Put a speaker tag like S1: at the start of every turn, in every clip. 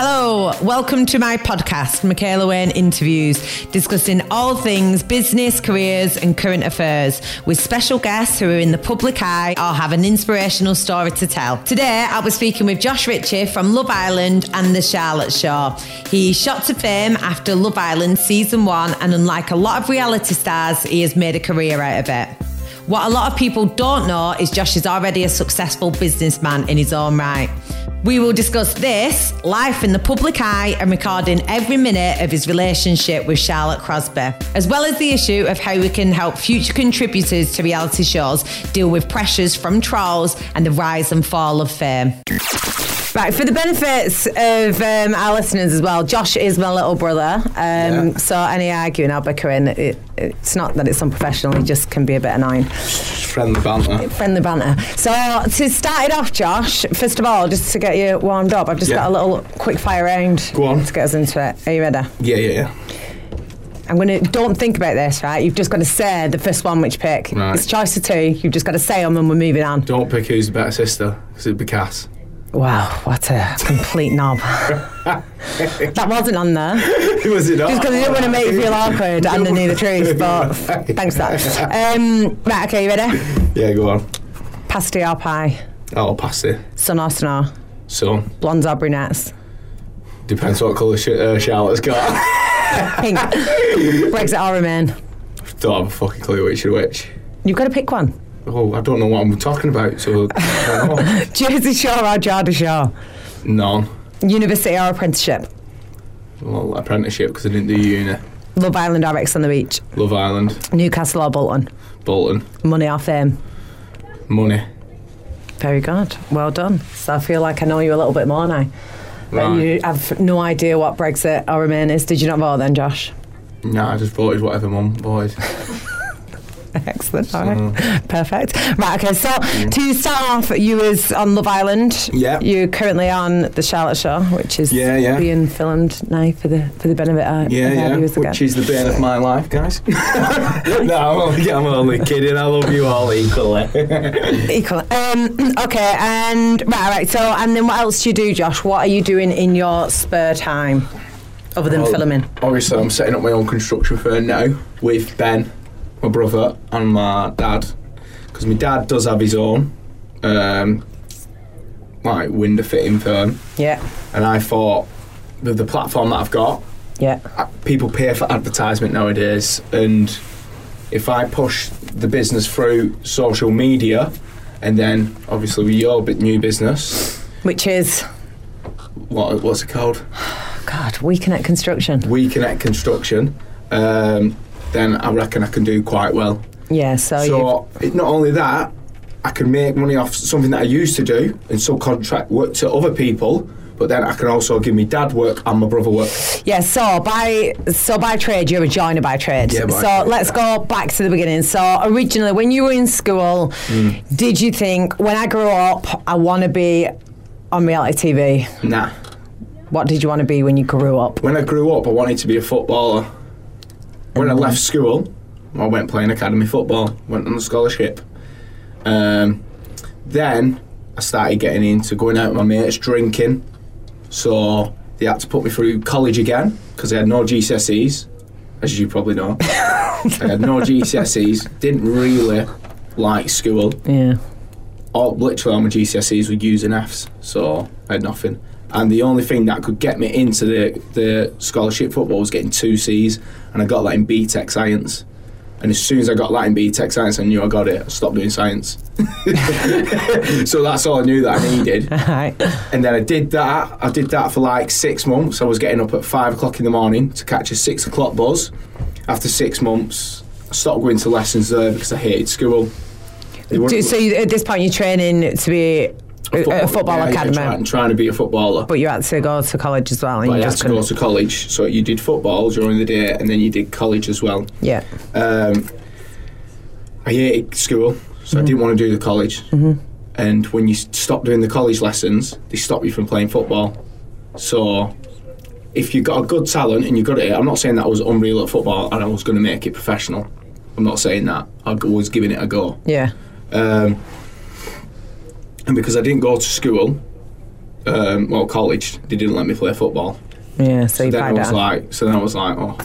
S1: Hello, welcome to my podcast, Michaela Wayne Interviews, discussing all things business, careers, and current affairs with special guests who are in the public eye or have an inspirational story to tell. Today, I was speaking with Josh Ritchie from Love Island and The Charlotte Show. He shot to fame after Love Island season one, and unlike a lot of reality stars, he has made a career out of it. What a lot of people don't know is Josh is already a successful businessman in his own right. We will discuss this, life in the public eye, and recording every minute of his relationship with Charlotte Crosby, as well as the issue of how we can help future contributors to reality shows deal with pressures from trolls and the rise and fall of fame. Right, for the benefits of um, our listeners as well, Josh is my little brother. Um,
S2: Yeah.
S1: So any arguing or bickering, it, it's not that it's unprofessional, it just can be a bit annoying.
S2: friendly banter.
S1: Friendly banter. So uh, to start it off, Josh, first of all, just to get you warmed up, I've just
S2: Yeah.
S1: got a little quick fire round
S2: Go on.
S1: to get us into it. Are you ready?
S2: Yeah, yeah,
S1: I'm going to, don't think about this, right? You've just got to say the first one which pick.
S2: Right.
S1: It's choice of two. You've just got to say them and we're moving on.
S2: Don't pick who's the better sister, because it'd be Cass.
S1: Wow, what a complete knob. that wasn't on there.
S2: Was it not?
S1: Just because I didn't want to make you feel awkward and I knew the truth, but f- thanks for that. Um, right, okay, you ready?
S2: Yeah, go on.
S1: Pasty or pie?
S2: I'll pass it.
S1: Sun or snow?
S2: So,
S1: Blondes or brunettes?
S2: depends what colour sh- uh, Charlotte's got.
S1: Pink. Brexit or remain?
S2: don't have a fucking clue which is which.
S1: You've got to pick one.
S2: Oh, I don't know what I'm talking about, so I don't know.
S1: Jersey Shore or Jarder Shore?
S2: None.
S1: University or apprenticeship?
S2: Well, apprenticeship, because I didn't do uni.
S1: Love Island or X on the Beach?
S2: Love Island,
S1: Newcastle or Bolton?
S2: Bolton,
S1: Money or fame?
S2: money.
S1: Very good. Well done. So I feel like I know you a little bit more now. But
S2: Right.
S1: you have no idea what Brexit or Remain is. Did you not vote then, Josh?
S2: Nah, I just voted whatever mum voted.
S1: Excellent. All right. Perfect. Right. Okay. So to start off, you was on Love Island.
S2: Mm. Yeah.
S1: You're currently on the Charlotte Show, which is
S2: Yeah, yeah.
S1: being filmed now for the for the benefit of
S2: Yeah,
S1: of our
S2: yeah,
S1: viewers again.
S2: which is the bane of my life, guys. no, I'm only, I'm only kidding. I love you all equally.
S1: Equal. Um, okay. And right. Right. So and then what else do you do, Josh? What are you doing in your spare time other than
S2: Well,
S1: filming?
S2: Obviously, I'm setting up my own construction firm now with Ben, my brother, and my dad. Because my dad does have his own, um, like window fitting firm,
S1: Yeah.
S2: and I thought with the platform that I've got,
S1: Yeah.
S2: uh, people pay for advertisement nowadays, and if I push the business through social media, and then obviously with your bit new business,
S1: Which is
S2: what, what's it called?
S1: God. We connect construction.
S2: We Connect Construction. Um, then I reckon I can do quite well.
S1: Yeah. So, you,
S2: So it, not only that, I can make money off something that I used to do and subcontract work to other people. But then I can also give me dad work and my brother work.
S1: yeah. So by so by trade, you're a joiner by trade.
S2: Yeah, by
S1: so
S2: trade,
S1: let's
S2: yeah.
S1: go back to the beginning. So originally, when you were in school,
S2: Mm.
S1: did you think when I grow up, I want to be on reality TV?
S2: Nah.
S1: What did you want to be when you grew up?
S2: When I grew up, I wanted to be a footballer. When I left school, I went playing academy football. Went on a scholarship. Um, then I started getting into going out with my mates, drinking. So they had to put me through college again because I had no GCSEs, as you probably know. I had no GCSEs, didn't really like school.
S1: Yeah.
S2: All, literally, all my GCSEs were U's and F's, so I had nothing. And the only thing that could get me into the, the scholarship football was getting two C's, and I got that in B Tech Science. And as soon as I got that in B Tech Science, I knew I got it. I stopped doing science. so that's all I knew that I needed.
S1: Right.
S2: And then I did that. I did that for like six months. I was getting up at five o'clock in the morning to catch a six o'clock buzz. After six months, I stopped going to lessons there because I hated school. They weren't-
S1: Do- So you, at this point, you're training to be a a football
S2: yeah, yeah,
S1: academy,
S2: trying, trying to be a footballer.
S1: but you had to go to college as well, and
S2: But
S1: you
S2: I had
S1: just
S2: to go
S1: couldn't.
S2: to college, so you did football during the day, and then you did college as well.
S1: Yeah.
S2: Um, I hated school, so
S1: Mm-hmm.
S2: I didn't want to do the college. And when you s- stop doing the college lessons, they stop you from playing football. So if you've got a good talent and you got it, I'm not saying that I was unreal at football and I was going to make it professional. I'm not saying that. I was giving it a go.
S1: Yeah.
S2: Um, and because I didn't go to school, um, well, college, they didn't let me play football.
S1: Yeah, so, you
S2: Then I
S1: find
S2: was
S1: out.
S2: like, so then I was like, oh,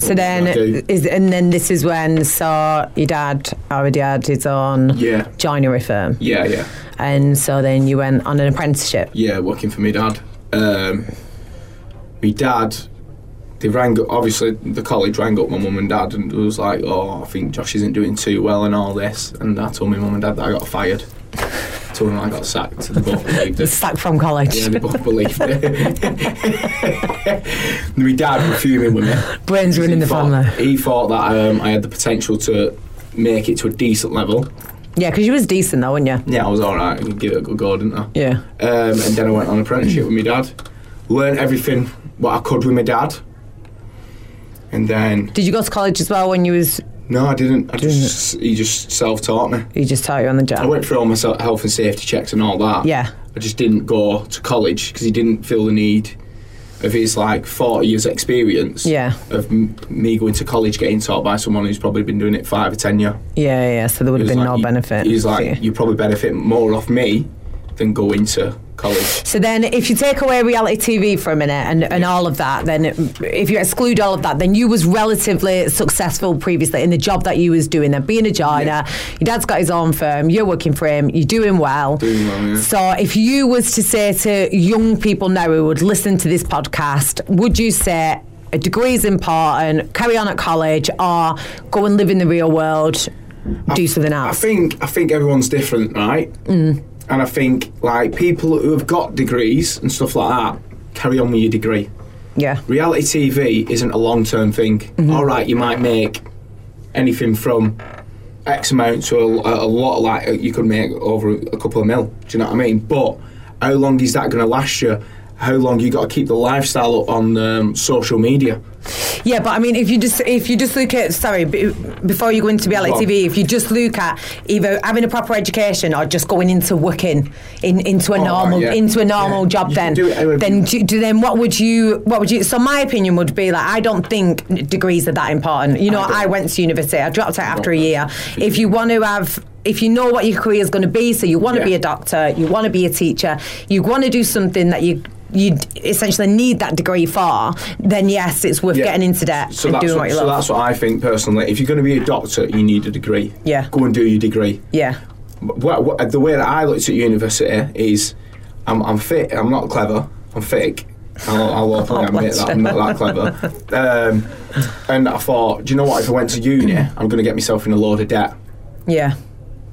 S1: so then,
S2: okay.
S1: is, and then this is when so your dad already had his own
S2: yeah,
S1: joinery firm,
S2: yeah, yeah,
S1: and so then you went on an apprenticeship.
S2: yeah, working for me dad. Um, me dad, they rang up, obviously the college rang up my mum and dad and was like, oh, I think Josh isn't doing too well and all this. And I told my mum and dad that I got fired. told them I got sacked. They both believed it.
S1: Sacked from college.
S2: Yeah, they both believed it. my dad was fuming with me.
S1: Brains running
S2: he
S1: the
S2: thought,
S1: family.
S2: He thought that um, I had the potential to make it to a decent level.
S1: Yeah, because you was decent though, weren't you?
S2: Yeah, I was all right. I could give it a good go, didn't I?
S1: Yeah.
S2: Um, and then I went on apprenticeship with my dad. Learned everything what I could with my dad. And then
S1: Did you go to college as well when you was?
S2: no, I didn't. I just he just self taught me.
S1: He just taught you on the job.
S2: I went through all my se- health and safety checks and all that.
S1: Yeah.
S2: I just didn't go to college because he didn't feel the need of his like 40 years experience
S1: Yeah.
S2: of m- me going to college getting taught by someone who's probably been doing it five or ten year
S1: Yeah, yeah. So there would have
S2: He was
S1: been
S2: like,
S1: no
S2: you-
S1: benefit.
S2: He's
S1: for
S2: like,
S1: you.
S2: you probably benefit more off me than going to college.
S1: So then, if you take away reality TV for a minute and, and all of that, then if you exclude all of that, then you was relatively successful previously in the job that you was doing. Then being a joiner, your dad's got his own firm, you're working for him, you're doing well.
S2: Doing well, yeah.
S1: So if you was to say to young people now who would listen to this podcast, would you say a degree is important, carry on at college, or go and live in the real world, do something
S2: I
S1: else?
S2: think I think everyone's different, right? Mm. And I think like people who have got degrees and stuff like that carry on with your degree.
S1: yeah,
S2: Reality TV isn't a long term thing.
S1: Mm-hmm.
S2: All right, you might make anything from X amount to a, a lot, like you could make over a couple of mil. Do you know what I mean? But how long is that going to last you? How long you got to keep the lifestyle up on um, social media?
S1: yeah, but I mean, if you just if you just look at sorry, b- before you go into reality
S2: Go on.
S1: TV, if you just look at either having a proper education or just going into working in into a
S2: Oh,
S1: normal
S2: yeah.
S1: into a normal
S2: Yeah.
S1: job,
S2: You
S1: then
S2: can do it however
S1: then
S2: you-
S1: do, do then what would you what would you? So my opinion would be like I don't think degrees are that important. You know,
S2: don't.
S1: I, went to university, I dropped out after a
S2: don't.
S1: year. If you want to have if you know what your career is going to be, so you want to
S2: Yeah.
S1: be a doctor, you want to be a teacher, you want to do something that you you essentially need that degree for, then yes, it's worth
S2: Yeah.
S1: getting into debt
S2: So,
S1: and
S2: that's
S1: doing
S2: what,
S1: what you
S2: so
S1: love.
S2: that's what I think personally. If you're going to be a doctor, you need a degree.
S1: Yeah.
S2: Go and do your degree.
S1: yeah,
S2: What, what, the way that I looked at university is I'm, I'm fit, I'm not clever, I'm thick. I'll, I'll
S1: Oh,
S2: openly admit that I'm not that clever. Um, and I thought, do you know what? If I went to uni, I'm going to get myself in a load of debt,
S1: yeah,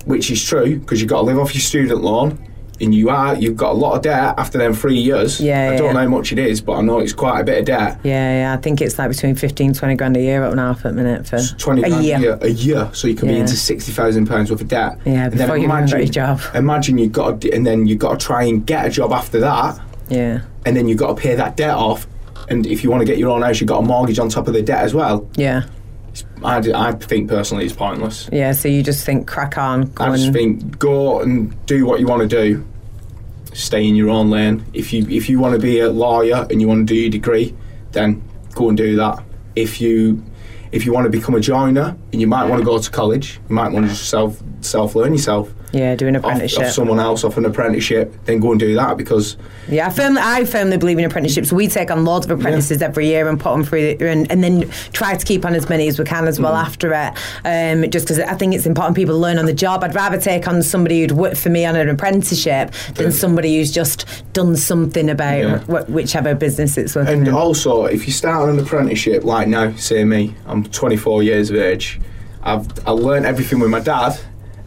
S2: which is true because you've got to live off your student loan. And you are, you've got a lot of debt after them three years.
S1: Yeah,
S2: I
S1: yeah,
S2: don't know
S1: yeah.
S2: how much it is, but I know it's quite a bit of debt.
S1: yeah, yeah. I think it's like between 15, 20 grand a year up now for a minute for
S2: 20
S1: a
S2: grand
S1: year.
S2: a year, a year, so you can be
S1: Yeah.
S2: into sixty thousand pounds worth of debt.
S1: Yeah, before you even got your job.
S2: Imagine you got, to, d- and then you got to try and get a job after that,
S1: Yeah,
S2: and then you got to pay that debt off. And if you want to get your own house, you got a mortgage on top of the debt as well.
S1: yeah,
S2: I, d- I think personally, it's pointless.
S1: yeah. So you just think crack on, go
S2: I just
S1: and
S2: think go and do what you want to do. Stay in your own lane. If you if you want to be a lawyer and you want to do your degree, then go and do that. If you if you want to become a joiner and you might want to go to college, you might want to just self self learn yourself
S1: yeah, do an
S2: off, off
S1: apprenticeship.
S2: someone else off an apprenticeship. Then go and do that because
S1: Yeah, I firmly, I firmly believe in apprenticeships. We take on loads of apprentices every year and put them through, the, and, and then try to keep on as many as we can as well
S2: Mm.
S1: after it. Um, just because I think it's important people learn on the job. I'd rather take on somebody who'd worked for me on an apprenticeship than
S2: Yeah.
S1: somebody who's just done something about
S2: Yeah.
S1: wh- whichever business it's working.
S2: and also if you start on an apprenticeship like now, say me, I'm 24 years of age. I've I learned everything with my dad,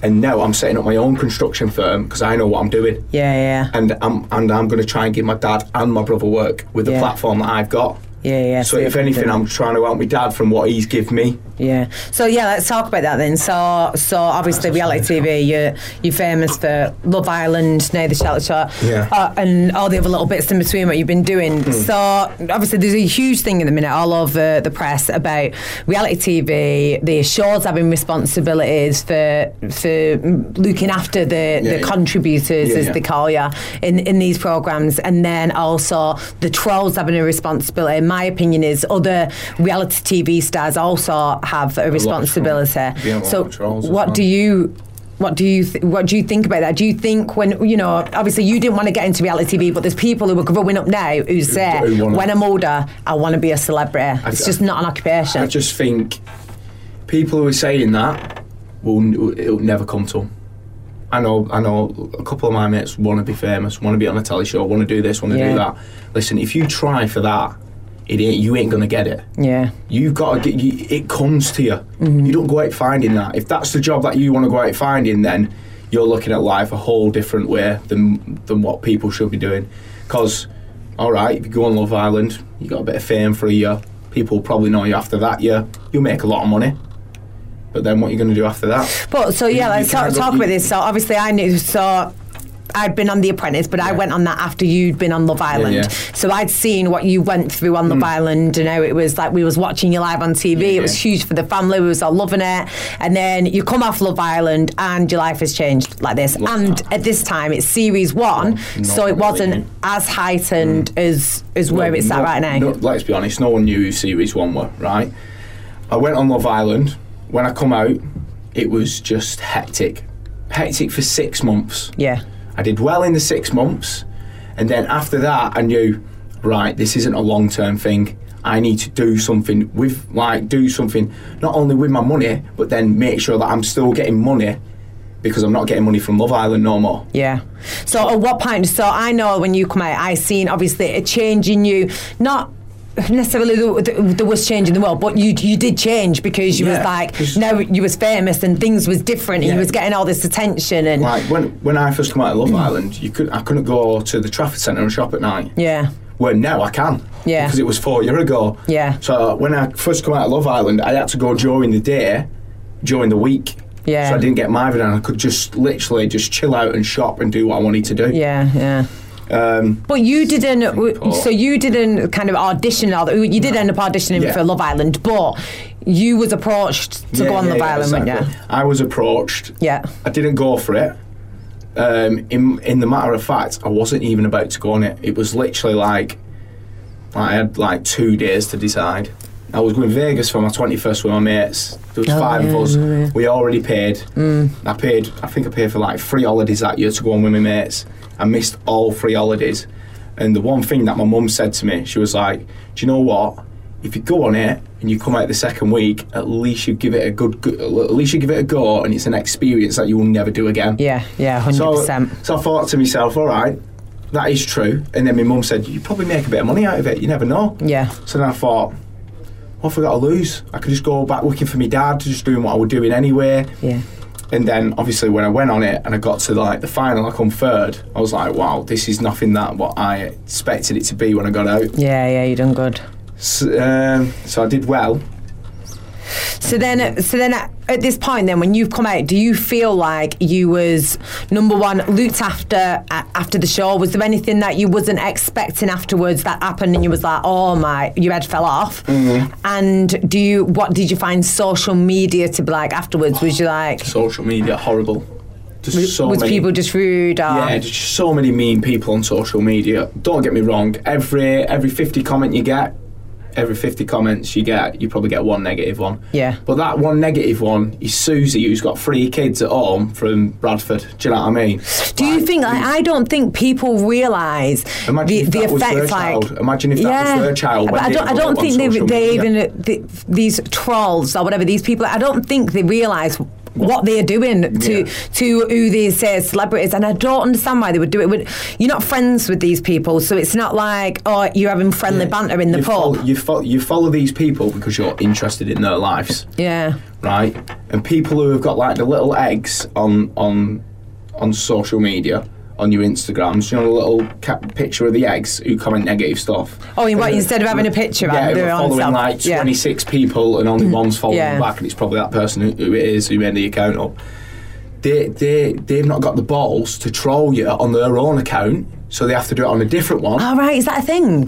S2: and now I'm setting up my own construction firm because I know what I'm doing.
S1: yeah, yeah,
S2: and I'm and I'm going to try and give my dad and my brother work with the
S1: Yeah.
S2: platform that I've got.
S1: yeah, yeah.
S2: So if
S1: you're
S2: anything,
S1: confident.
S2: I'm trying to help my dad from what he's give me.
S1: Yeah. So yeah, let's talk about that then. So so obviously reality TV, you're you're famous for Love Island, Now the Shelter, Shot,
S2: Yeah. Hmm.
S1: uh, and all the other little bits in between what you've been doing. So obviously there's a huge thing at the minute all over the press about reality TV, the shows having responsibilities for for looking after the
S2: Yeah,
S1: the
S2: yeah.
S1: contributors
S2: Yeah,
S1: as
S2: yeah.
S1: they call you in in these programs, and then also the trolls having a responsibility. In my opinion, is other reality TV stars also have a
S2: of trolls.
S1: responsibility.
S2: Yeah, a lot
S1: so,
S2: of trolls as
S1: what
S2: well.
S1: do you What do you th- What do you think about that? Do you think when you know, obviously you didn't want to get into reality TV, but there's people who are growing up now who say,
S2: who wanna-
S1: when I'm older, I want to be a celebrity. it's just not an occupation.
S2: I just think people who are saying that will it'll never come to 'em. I know, I know. A couple of my mates want to be famous, want to be on a telly show, want to do this, want to
S1: Yeah.
S2: do that. Listen, if you try for that, it ain't, you ain't gonna get it.
S1: yeah,
S2: You've got to get you, it comes to you. You don't go out finding that. If that's the job that you want to go out finding, then you're looking at life a whole different way than than what people should be doing. Because, all right, if you go on Love Island, you got a bit of fame for a year. People will probably know you after that year. You'll make a lot of money. But then what are you going to do after that?
S1: but so yeah,
S2: You-
S1: let's
S2: you
S1: talk,
S2: can't go-
S1: talk about this. So obviously, I knew so. I'd been on The Apprentice, but I
S2: Yeah.
S1: went on that after you'd been on Love Island.
S2: yeah. Mm.
S1: So I'd seen what you went through on Love Island. You know, it was like we was watching you live on TV.
S2: Yeah,
S1: It was
S2: yeah.
S1: huge for the family. We was all loving it. And then you come off Love Island, and your life has changed like this. and at this time, it's series one,
S2: not Mm.
S1: so it
S2: really
S1: wasn't
S2: new.
S1: as heightened as as where
S2: Well,
S1: it's at
S2: no-
S1: right now.
S2: no- let's be honest, no one knew who Series 1 were, right? I went on Love Island. When I come out, it was just hectic. Hectic for six months.
S1: Yeah,
S2: I did well in the six months, and then after that, I knew, right, this isn't a long term thing. I need to do something with, like, do something not only with my money, but then make sure that I'm still getting money because I'm not getting money from Love Island no more.
S1: yeah. So at what point? So I know when you come out, I seen obviously a change in you, not. Necessarily, the, the, there was change in the world, but you you did change because you
S2: Yeah,
S1: was like
S2: because-
S1: now you was famous and things was different and you
S2: Yeah.
S1: was getting all this attention and
S2: Like when when I first come out of Love Island, you could I couldn't go to the Trafford Centre and shop at night.
S1: yeah
S2: Well, now I can.
S1: Yeah.
S2: Because it was four year ago.
S1: Yeah.
S2: So when I first come out of Love Island, I had to go during the day, during the week.
S1: Yeah.
S2: So I didn't get my and I could just literally just chill out and shop and do what I wanted to do.
S1: yeah yeah.
S2: Um,
S1: But you didn't. w-
S2: Singapore.
S1: So you didn't kind of audition. or You did end up auditioning
S2: Yeah.
S1: for Love Island, but you was approached to
S2: yeah,
S1: go on
S2: yeah,
S1: Love
S2: yeah,
S1: Island, weren't
S2: exactly. I was approached.
S1: you? Yeah.
S2: I didn't go for it. Um, in in the matter of fact, I wasn't even about to go on it. It was literally like, like I had like two days to decide. I was going to Vegas for my twenty first with my mates. There was
S1: Oh,
S2: five of
S1: yeah,
S2: us.
S1: yeah, yeah.
S2: We already paid. I paid. I think I paid for like three holidays that year to go on with my mates. I missed all three holidays. And the one thing that my mum said to me, she was like, "Do you know what? If you go on it and you come out the second week, at least you give it a good, go- at least you give it a go, and it's an experience that you will never do again."
S1: Yeah. Yeah. Hundred
S2: So,
S1: percent.
S2: so I thought to myself, all right, that is true. And then my mum said, you probably make a bit of money out of it. You never know.
S1: Yeah.
S2: So then I thought, what have I got to lose? I could just go back working for my dad, just doing what I was doing anyway.
S1: Yeah.
S2: And then obviously when I went on it and I got to like the final, I come third. I was like, wow, this is nothing that what I expected it to be when I got out.
S1: Yeah. Yeah. You done good.
S2: So, um, so I did well.
S1: So then, so then at, at this point, then when you've come out, do you feel like you was number one looked after a- after the show? Was there anything that you wasn't expecting afterwards that happened, and you was like, oh my, your head fell off?
S2: Mm-hmm.
S1: And do you what did you find social media to be like afterwards? Was you like
S2: Social media, horrible. Just so
S1: was
S2: many
S1: people just rude? Or,
S2: Yeah, there's just so many mean people on social media. Don't get me wrong. Every every 50 comment you get, every 50 comments you get, you probably get one negative one.
S1: Yeah.
S2: But that one negative one is Susie, who's got three kids at home from Bradford. Do you know what I mean?
S1: Do you think like, I don't think people realise
S2: Imagine
S1: the,
S2: if
S1: the
S2: that was
S1: effect
S2: their
S1: like
S2: child. Imagine if that was their child
S1: But
S2: when
S1: I
S2: they
S1: don't I
S2: grew
S1: don't
S2: up on
S1: think they,
S2: social
S1: they
S2: media.
S1: even th these trolls or whatever these people I don't think they realise what they are doing to
S2: Yeah.
S1: to who they say are celebrities and I don't understand why they would do it. Would- You're not friends with these people, so it's not like oh you're having friendly banter in the
S2: you
S1: pub.
S2: Follow, you, fo- you follow these people because you're interested in their lives.
S1: yeah.
S2: right? And people who have got like the little eggs on on on social media, on your Instagrams, you know, the little ca- picture of the eggs who comment negative stuff.
S1: Oh, you- what,
S2: And
S1: instead of having a picture,
S2: yeah,
S1: I'm doing
S2: we're
S1: it on
S2: following
S1: self-
S2: like
S1: yeah. Mm-hmm.
S2: 26 people and only one's following
S1: Yeah.
S2: back, and it's probably that person who, who it is who made the account up. They they they've not got the balls to troll you on their own account, so they have to do it on a different one.
S1: All right, is that a thing?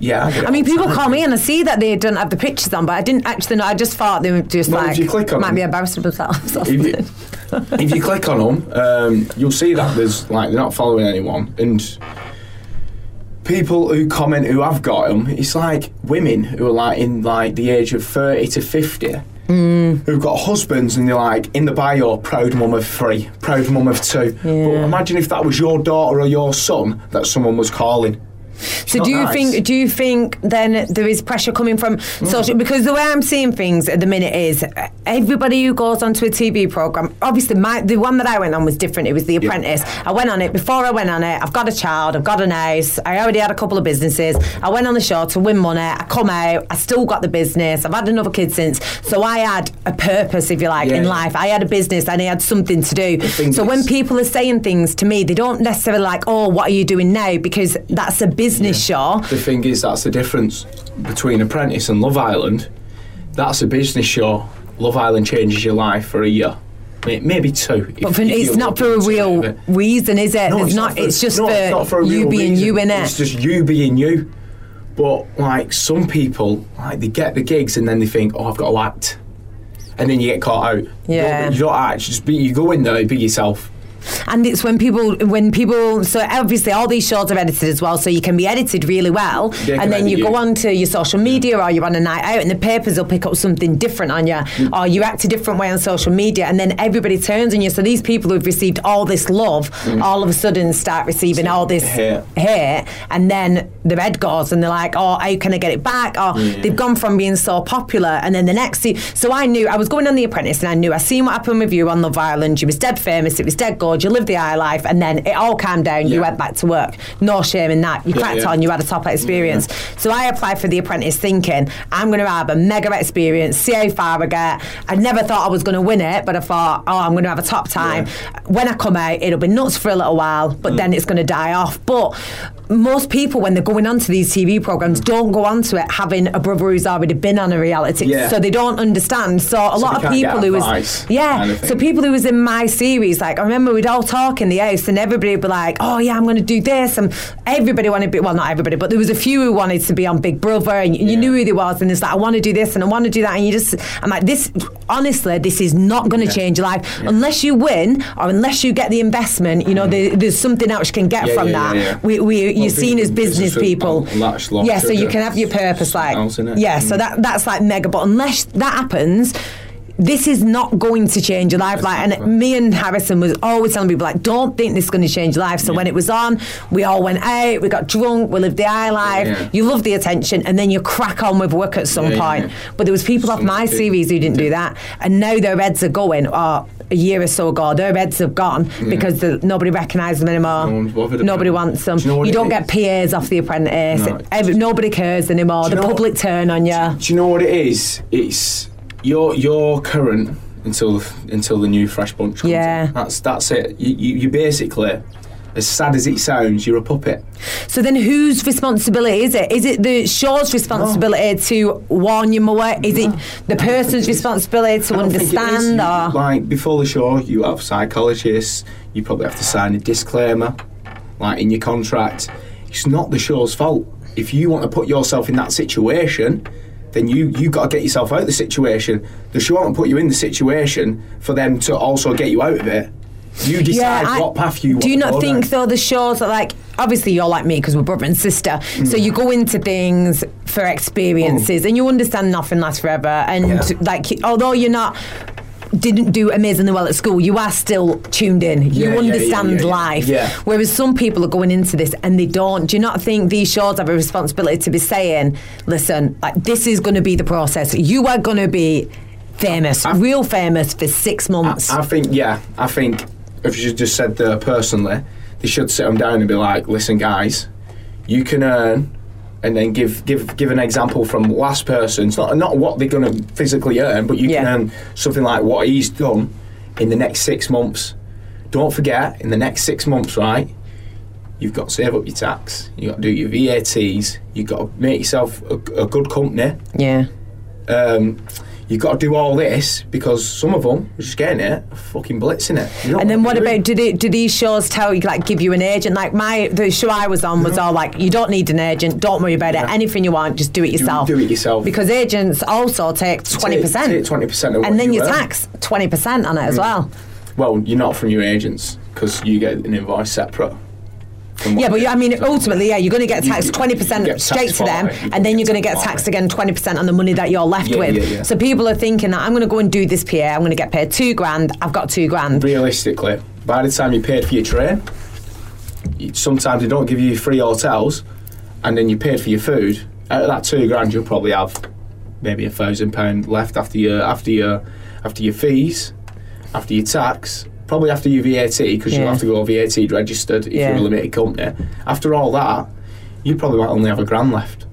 S2: yeah, I, get it
S1: Ah. I mean,
S2: all the
S1: people
S2: time.
S1: call me and I see that they don't have the pictures on, but I didn't actually know. I just thought they were just
S2: Well, if
S1: like
S2: you click on
S1: might be
S2: them-
S1: embarrassed about themselves. or
S2: if you,
S1: something.
S2: if you click on them, um, you'll see that there's like they're not following anyone, and people who comment who have got them, it's like women who are like in like the age of thirty to fifty
S1: Mm.
S2: who've got husbands and they're like in the bio, proud mum of three, proud mum of two. But
S1: Yeah.
S2: imagine if that was your daughter or your son that someone was calling.
S1: So
S2: not
S1: do you
S2: nice. Mm.
S1: think do you think then there is pressure coming from social because the way I'm seeing things at the minute is uh, everybody who goes onto a TV program obviously my the one that I went on was different it was The Apprentice I went on it before I went on it I've got a child I've got a house I already had a couple of businesses I went on the show to win money I come out I still got the business I've had another kid since so I had a purpose if you like in
S2: Yeah.
S1: life I had a business and I had something to do
S2: thing
S1: so
S2: is-
S1: when people are saying things to me they don't necessarily like oh what are you doing now because that's a business show
S2: The thing is, that's the difference between Apprentice and Love Island. That's a business show. Love Island changes your life for a year, May- maybe two. if-
S1: But for,
S2: if
S1: it's
S2: you're
S1: not for a
S2: lucky to
S1: real
S2: do it.
S1: reason, is it?
S2: No,
S1: it's, not. it's just
S2: no,
S1: for,
S2: it's not for a
S1: you
S2: real
S1: being
S2: reason.
S1: you in
S2: It's
S1: it.
S2: just you being you. But like some people, like they get the gigs and then they think, oh, I've got to act, and then you get caught out.
S1: Yeah.
S2: you don't, you don't act. you Just be you go in there, be yourself.
S1: And it's when people, when people, so obviously all these shows are edited as well, so you can be edited really well,
S2: They can
S1: and then
S2: edit
S1: you, go
S2: you.
S1: on to your social media or you're on a night out, and the papers will pick up something different on you,
S2: Mm.
S1: or you act a different way on social media, and then everybody turns on you. So these people who've received all this love,
S2: Mm.
S1: all of a sudden start receiving all this
S2: Hate.
S1: here and then the red goes and they're like oh how can I get it back or they've gone from being so popular and then the next se- so I knew I was going on The Apprentice and I knew I seen what happened with you on Love Island you was dead famous it was dead good you lived the high life and then it all calmed down you
S2: Yeah.
S1: went back to work no shame in that you cracked
S2: yeah.
S1: on you had a top experience so I applied for The Apprentice thinking I'm going to have a mega experience see how far I get I never thought I was going to win it but I thought oh I'm going to have a top time when I come out it'll be nuts for a little while but
S2: Mm.
S1: then it's going to die off but most people when they're going onto these TV
S2: Mm.
S1: programs don't go onto it having a brother who's already been on a reality
S2: Yeah.
S1: so they don't understand so a lot of
S2: can't get
S1: people who
S2: advice,
S1: was yeah
S2: kind of
S1: so
S2: thing.
S1: people who was in my series like I remember we'd all talk in the house and everybody would be like oh yeah I'm going to do this and everybody wanted to be well not everybody but there was a few who wanted to be on Big Brother and you, you knew who they was and it's like I want to do this and I want to do that and you just I'm like this honestly this is not going to change your life unless you win or unless you get the investment you know there, there's something else you can get
S2: Mm-hmm. Yeah,
S1: from
S2: yeah, yeah,
S1: that
S2: yeah.
S1: we, we, you're
S2: Well,
S1: seen as
S2: business
S1: business
S2: are-
S1: people
S2: are latched locked
S1: yeah so
S2: to
S1: you
S2: the-
S1: can have your purpose like
S2: else, innit?
S1: yeah so that that's like mega but unless that happens this is not going to change your life like and it,
S2: Exactly.
S1: me and Harrison was always telling people like don't think this is going to change your life so when it was on we all went out we got drunk we lived the high life
S2: Yeah.
S1: you love the attention and then you crack on with work at some
S2: Yeah, yeah,
S1: point
S2: yeah.
S1: but there was people off
S2: Some
S1: my
S2: did.
S1: series who didn't do that and now their heads are going or a year or so ago their heads have gone because the, nobody recognises them anymore
S2: No one's bothered about
S1: nobody
S2: it.
S1: wants them
S2: Do you know what
S1: you
S2: it
S1: don't
S2: is?
S1: get PAs off The Apprentice
S2: No.
S1: Every, nobody cares anymore
S2: Do you
S1: the
S2: know
S1: public
S2: what-
S1: turn on you
S2: Do you know what it is? It's your your current until until the new fresh bunch. Comes
S1: Yeah.
S2: in. that's that's it. You, you you basically, as sad as it sounds, you're a puppet.
S1: So then, whose responsibility is it? Is it the show's responsibility
S2: Oh.
S1: to warn you more? Is it the person's responsibility to
S2: I don't think it is.
S1: understand?
S2: You-
S1: Or
S2: like before the show, you have psychologists. You probably have to sign a disclaimer, like in your contract. It's not the show's fault. If you want to put yourself in that situation, then you you got to get yourself out of the situation. The show won't put you in the situation for them to also get you out of it. You decide
S1: I-
S2: what path you want.
S1: do. You
S2: to
S1: not
S2: go
S1: think
S2: down.
S1: though the shows are like obviously you're like me because we're brother and sister,
S2: Hmm.
S1: so you go into things for experiences and you understand nothing lasts forever. And
S2: Yeah.
S1: like although you're not. Didn't do amazingly well at school. You are still tuned in.
S2: Yeah, yeah,
S1: you
S2: yeah,
S1: understand
S2: yeah, yeah.
S1: life.
S2: Yeah.
S1: Whereas some people are going into this and they don't. Do you not think these shows have a responsibility to be saying, listen, like this is going to be the process. You are going to be famous, real famous for six months.
S2: I think yeah. I think if you just said there personally, they should sit them down and be like, "Listen, guys, you can earn." And then give, give give an example from last person. It's not not what they're going to physically earn, but you
S1: Yeah.
S2: can earn something like what he's done in the next six months. Don't forget, in the next six months, right? You've got to save up your tax. You have got to do your VATs. You've got to make yourself a, a good company
S1: yeah.
S2: um, you've got to do all this because some of them are just getting it, fucking blitzing it. You know
S1: And then what
S2: they do?
S1: about do they, do these shows tell you like give you an agent? Like my the show I was on was all like you don't need an agent, don't worry about it.
S2: Yeah.
S1: Anything you want, just do it yourself.
S2: do it yourself.
S1: Because agents also take twenty
S2: Take- take
S1: percent,
S2: 20% of what
S1: and then
S2: you
S1: you
S2: earn. Mm.
S1: tax twenty percent on it as well.
S2: Well, you're not from your agents because you get an invoice separate. from what
S1: Yeah, but
S2: I
S1: you, I mean,
S2: get. So-
S1: ultimately, yeah, you're going to get
S2: You-
S1: taxed
S2: you- you
S1: 20%
S2: get taxed
S1: straight to
S2: for
S1: them,
S2: it, you
S1: and then
S2: get
S1: you're going to get
S2: taxed
S1: taxed
S2: for it.
S1: again 20% on the money that you're left
S2: Yeah,
S1: with.
S2: yeah, yeah.
S1: So people are thinking that I'm going to go and do this PA, I'm going to get paid two grand, I've got two grand.
S2: realistically, by the time you paid for your train, you- sometimes they don't give you free hotels, and then you paid for your food. Out of that two grand, you'll probably have maybe a thousand pound left after your after your after your fees, after your tax, probably after your VAT because
S1: Yeah.
S2: you'll have to go VAT registered if
S1: Yeah.
S2: you're a limited company. After all that, you probably might only have a grand left,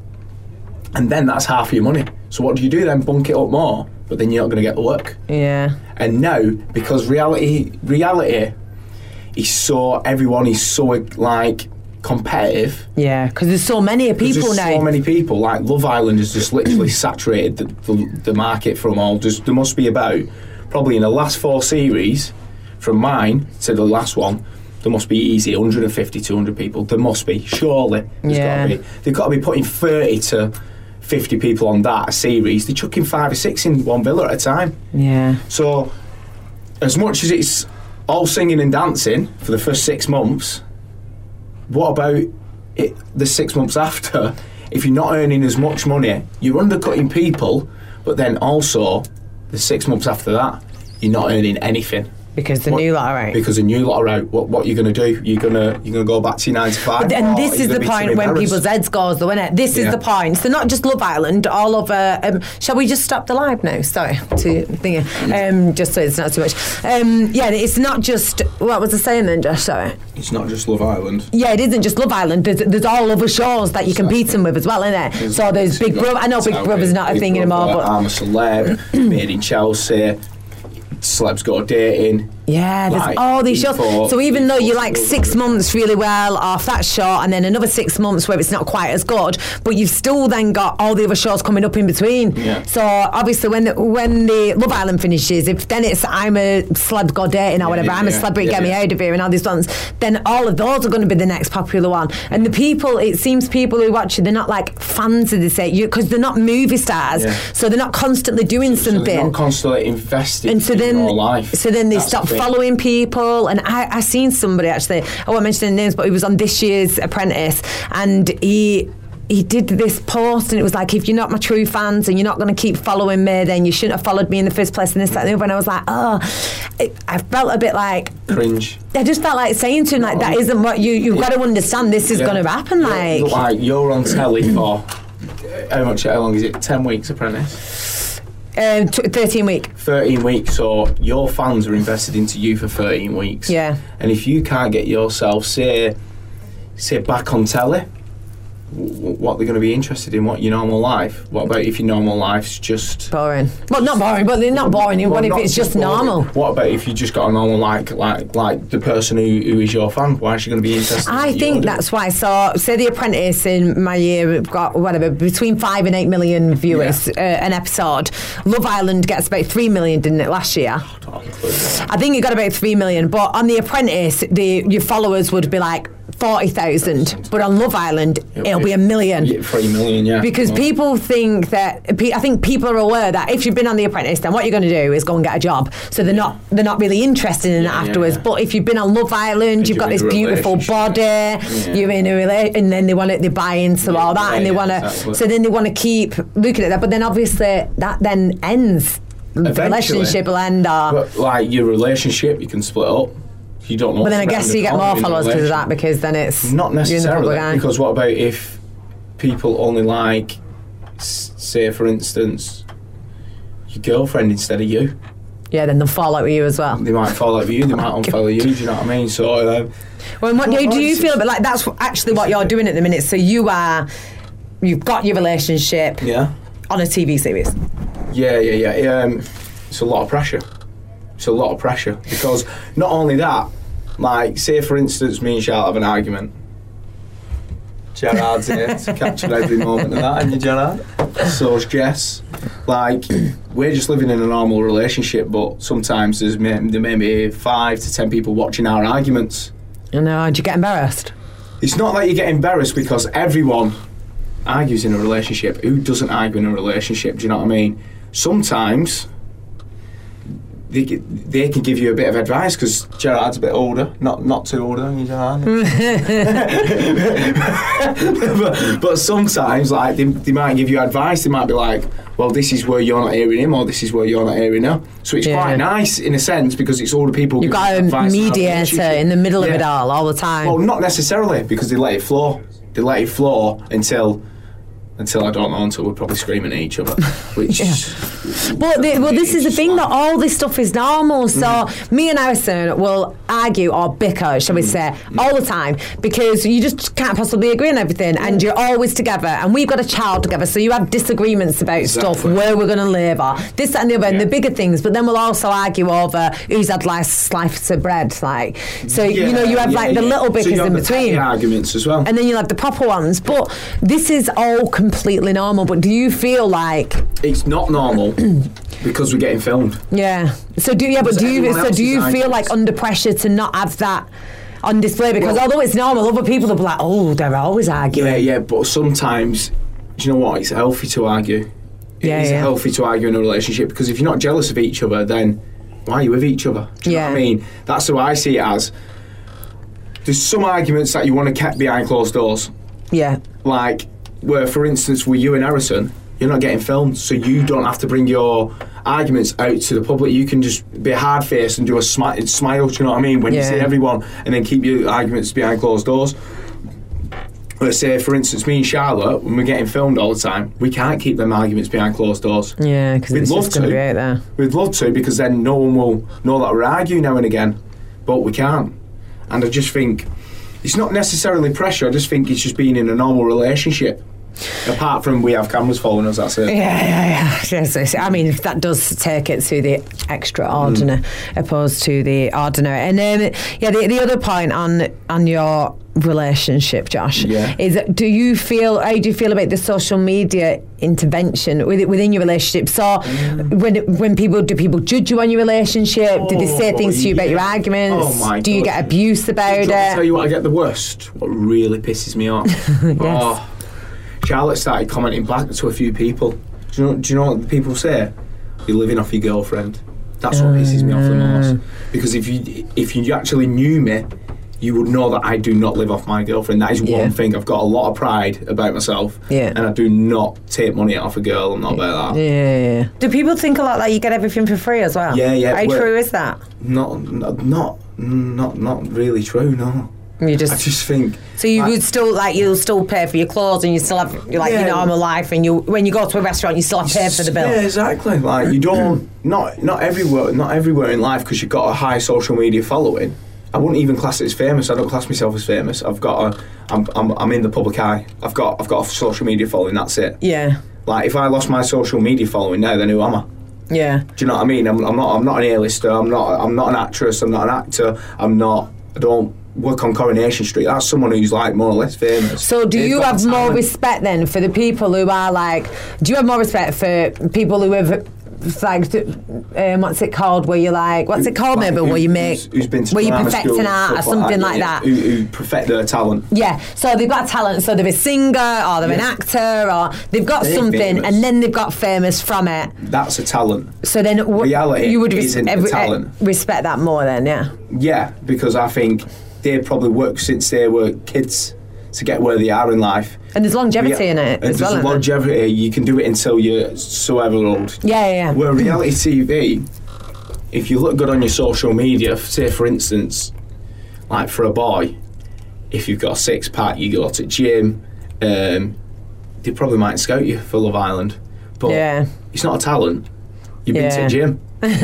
S2: and then that's half your money. So what do you do then? Bunk it up more, but then you're not going to get the work
S1: Yeah.
S2: and now because reality reality is so everyone is so like competitive
S1: Yeah, because there's so many
S2: There's
S1: people
S2: just
S1: now.
S2: so many people like Love Island has just literally saturated the, the, the market from all just there must be about probably in the last four series from mine to the last one there must be easy 150 200 people there must be surely there's
S1: Yeah.
S2: gotta be they've got to be putting 30 to 50 people on that series they're chucking five or six in one villa at a time
S1: yeah.
S2: so, as much as it's all singing and dancing for the first six months, what about it, the six months after? If you're not earning as much money, you're undercutting people, but then also the six months after that, you're not earning anything
S1: Because the
S2: What-
S1: new lot are out.
S2: because a new lot are out. What what you're gonna do? You're gonna you're gonna go back to your nine to five.
S1: and
S2: or
S1: this is
S2: you're Oh, gonna
S1: the
S2: be too
S1: point when
S2: embarrassed?
S1: people's Z scores, though, isn't it? This is
S2: Yeah.
S1: the point. So not just Love Island, all over. Um, shall we just stop the live now? Sorry, to think, um, just so it's not too much. Um, yeah, it's not just what was I saying then, Josh? Sorry.
S2: It's not just Love Island.
S1: Yeah, it isn't just Love Island. There's, there's all other shows that you're competing with as well, isn't it? So there's Big Brother. I know Big Brother's not a thing anymore, but
S2: I'm a celeb, made in Chelsea, celebs got dating.
S1: yeah, there's
S2: Like,
S1: all these shows.
S2: before-
S1: So even though you
S2: before
S1: like
S2: Love
S1: six
S2: Island.
S1: months really well off that short, and then another six months where it's not quite as good, but you've still then got all the other shows coming up in between.
S2: Yeah.
S1: So obviously, when the, when the Love Island finishes, if then it's I'm a celeb got dating or whatever, I'm a
S2: yeah,
S1: celebrity,
S2: yeah,
S1: get me
S2: yeah.
S1: out of here, and all these ones, then all of those are going to be the next popular one. And the people, it seems, people who watch it, they're not like fans of this age because they're not movie stars,
S2: Yeah.
S1: so they're not constantly doing
S2: So they're
S1: something
S2: not constantly invested
S1: and so
S2: in
S1: then,
S2: your life.
S1: so then they
S2: That's the
S1: stop
S2: thing.
S1: following people. And I, I seen somebody actually. I won't mention any names, but he was on this year's Apprentice, and he. He did this post and it was like, if you're not my true fans and you're not going to keep following me, then you shouldn't have followed me in the first place and this, that, and the other. And I was like, oh, it, I felt a bit like,
S2: Cringe.
S1: I just felt like saying to him, like, that isn't what you, you've got to understand this is
S2: Yeah.
S1: going to happen.
S2: You're-
S1: Like,
S2: you're like you're on telly for uh, how much? How long is it? Ten weeks, apprentice.
S1: um, t- 13 week.
S2: Thirteen weeks. So your fans are invested into you for thirteen weeks.
S1: Yeah.
S2: And if you can't get yourself, say, say back on telly, w- w- what they're going to be interested in? What your normal life? What about if your normal life's just
S1: Boring. Well, not boring, but they're not boring.
S2: Well,
S1: what if
S2: not
S1: it's just
S2: boring.
S1: normal?
S2: What about if you just got a normal like like like the person who, who is your fan? Why is she going to be interested? in
S1: I
S2: what
S1: think
S2: you're
S1: that's why. So, say The Apprentice in my year we've got whatever between five and eight million viewers uh, an episode. Love Island gets about three million, didn't it last year?
S2: doing? That's
S1: I think it got about three million. But on The Apprentice, the your followers would be like forty thousand. But on Love Island, it'll be a million.
S2: Yeah, three million, yeah.
S1: Because
S2: Well,
S1: people think that pe- I think people are aware that if you've been on The Apprentice, then what you're going to do is go and get a job. So they're not they're not really interested in
S2: Yeah,
S1: it
S2: yeah,
S1: afterwards.
S2: yeah.
S1: But if you've been on Love Island, you've
S2: you're
S1: got
S2: in
S1: this
S2: a
S1: beautiful
S2: relationship.
S1: body,
S2: Yeah.
S1: you're in a relationship, and then they want it, they buy into
S2: Yeah,
S1: all that, and
S2: yeah,
S1: they
S2: yeah,
S1: want to.
S2: exactly.
S1: So then they want to keep looking at that. But then obviously that then ends. The
S2: Eventually.
S1: relationship uh, will end. Or, but,
S2: but like your relationship, you can split up. You don't know.
S1: then I
S2: what's
S1: guess
S2: around
S1: you
S2: the
S1: get
S2: corner
S1: more
S2: in the
S1: followers because of that.
S2: relationship.
S1: Because then it's
S2: Not
S1: you're in the public eye.
S2: necessarily. Because what about if people only like, s- say for instance, your girlfriend instead of you?
S1: yeah, then they'll follow you as well.
S2: They might follow you. They might unfollow you. Do you know what I mean? So. Um,
S1: Well, and what
S2: Well,
S1: do you, do you
S2: it's-
S1: feel? But like that's wh- actually what you're doing at the minute. So you are, you've got your relationship
S2: yeah.
S1: on a TV series.
S2: Yeah, yeah, yeah. Um, it's a lot of pressure. It's a lot of pressure because not only that, like, say for instance, me and Charlotte have an argument. Gerard's here to capture every moment of that, and you, Gerard. So's Jess. Like, we're just living in a normal relationship, but sometimes there's may, there may be five to ten people watching our arguments.
S1: You know, do you get embarrassed?
S2: It's not that you get embarrassed because everyone argues in a relationship. Who doesn't argue in a relationship? Do you know what I mean? Sometimes they, c- they can give you a bit of advice because Gerard's a bit older, not not too older than you, Gerard. but, but sometimes, like they, they might give you advice. They might be like, "Well, this is where you're not hearing him, or this is where you're not hearing her." So it's
S1: Yeah.
S2: quite nice in a sense because it's older people.
S1: You've
S2: giving
S1: got
S2: you
S1: a
S2: advice on how to
S1: mediator
S2: achieve it.
S1: in the middle of
S2: Yeah.
S1: it all, all the time.
S2: Well, Oh, not necessarily because they let it flow. They let it flow until until I don't know until we're probably screaming at each other, which
S1: But the, well, this is the
S2: It's
S1: thing that
S2: fine.
S1: all this stuff is normal. So
S2: Mm-hmm.
S1: me and Alison will argue or bicker, shall we say,
S2: Mm-hmm.
S1: all the time because you just can't possibly agree on everything, and you're always together. And we've got a child together, so you have disagreements about stuff,
S2: Exactly.
S1: where we're going to live, or this that, and the other, and the
S2: Yeah.
S1: bigger things. But then we'll also argue over who's had last slice of bread, like. So you know, you have
S2: Yeah,
S1: like the
S2: yeah.
S1: little
S2: So
S1: bickers
S2: you have
S1: in
S2: the tiny
S1: between
S2: arguments as well.
S1: and then you'll have the proper ones. But this is all completely normal. But do you feel like,
S2: it's not normal because we're getting filmed.
S1: yeah? So do yeah, but
S2: So
S1: do you
S2: everyone
S1: so do you
S2: else's
S1: feel like
S2: ideas.
S1: under pressure to not have that on display? Because
S2: Well-
S1: although it's normal, other people will be like, oh, they're always
S2: Yeah,
S1: arguing.
S2: yeah, but sometimes, do you know what? It's healthy to argue. It
S1: Yeah,
S2: is
S1: yeah.
S2: healthy to argue in a relationship because if you're not jealous of each other, then why are you with each other? Do you know
S1: Yeah.
S2: what I mean? That's how I see it as. There's some arguments that you want to keep behind closed doors.
S1: Yeah.
S2: like where for instance with you and Harrison you're not getting filmed so you don't have to bring your arguments out to the public you can just be hard faced and do a smi- smile do you know what I mean when
S1: Yeah.
S2: you see everyone and then keep your arguments behind closed doors let's say for instance me and Charlotte when we're getting filmed all the time we can't keep them arguments behind closed doors
S1: Yeah, because
S2: We'd
S1: it's
S2: love
S1: just going to
S2: to.
S1: be out there.
S2: We'd love to because then no one will know that we're arguing now and again, but we can't. And I just think it's not necessarily pressure. I just think it's just being in a normal relationship. Apart from we have cameras following us, that's it.
S1: Yeah, yeah, yeah. Yes, yes. I mean, that does take it to the extraordinary
S2: Mm.
S1: opposed to the ordinary. And then, yeah, the, the other point on on your relationship, Josh,
S2: Yeah.
S1: is that do you feel how do you feel about the social media intervention within, within your relationship? So,
S2: Mm.
S1: when when people do people judge you on your relationship? do they say
S2: Oh,
S1: things to you about your
S2: yeah.
S1: arguments?
S2: Oh, my
S1: do you
S2: God.
S1: get abuse about
S2: Do you want me to tell
S1: it?
S2: you what I get the worst? What really pisses me off? Oh, Charlotte started commenting back to a few people. Do you know, do you know what the people say? You're living off your girlfriend. That's what pisses me off the
S1: Uh.
S2: most. Because if you if you actually knew me, you would know that I do not live off my girlfriend. That is one
S1: Yeah.
S2: thing. I've got a lot of pride about myself.
S1: Yeah.
S2: And I do not take money off a girl. I'm not about that.
S1: Yeah, yeah, yeah. Do people think a lot that you get everything for free as well?
S2: Yeah, yeah,
S1: How
S2: well-
S1: true is that?
S2: Not not not not not really true. No.
S1: You
S2: I just think.
S1: So you
S2: like,
S1: would still like you'll still pay for your clothes and you still have like your
S2: Yeah.
S1: normal life and you when you go to a restaurant you still have to pay for the bill.
S2: Yeah, exactly. Like you don't not not everywhere not everywhere in life because you've got a high social media following. I wouldn't even class it as famous. I don't class myself as famous. I've got a I'm I'm, I'm in the public eye. I've got I've got a social media following. That's it.
S1: Yeah,
S2: Like if I lost my social media following now, then who am I?
S1: yeah,
S2: Do you know what I mean? I'm, I'm not I'm not an A-lister. I'm not I'm not an actress. I'm not an actor. I'm not. I don't work on Coronation Street. That's someone who's like more or less famous.
S1: So do
S2: They've
S1: you
S2: got
S1: have more
S2: talent.
S1: respect then for the people who are like? Do you have more respect for people who have? Like, th- um, what's it called? Where you like, what's it called?
S2: Like,
S1: Maybe
S2: who-
S1: where you make,
S2: who's, who's been to
S1: where you
S2: drama
S1: perfect
S2: school
S1: an
S2: and
S1: art or
S2: stuff
S1: something like
S2: yeah,
S1: that.
S2: Who, who perfect their talent.
S1: Yeah, so they've got talent, so they're a singer or they're an actor or they've got
S2: They're
S1: something,
S2: famous.
S1: and then they've got famous from it.
S2: That's a talent.
S1: So then, w-
S2: Reality
S1: you would
S2: isn't
S1: every-
S2: the talent.
S1: respect that more then, yeah.
S2: Yeah, because I think they probably worked since they were kids to get where they are in life.
S1: And there's longevity
S2: Rea-
S1: in it
S2: and
S1: as
S2: there's
S1: well. isn't there?
S2: longevity. You can do it until you're so ever old.
S1: yeah, yeah, yeah.
S2: Where reality TV, if you look good on your social media, f- say for instance, like for a boy, if you've got a six pack, you go to gym, um, they probably might scout you for Love Island. But
S1: Yeah.
S2: it's not a talent. You've been
S1: Yeah.
S2: to gym. Do you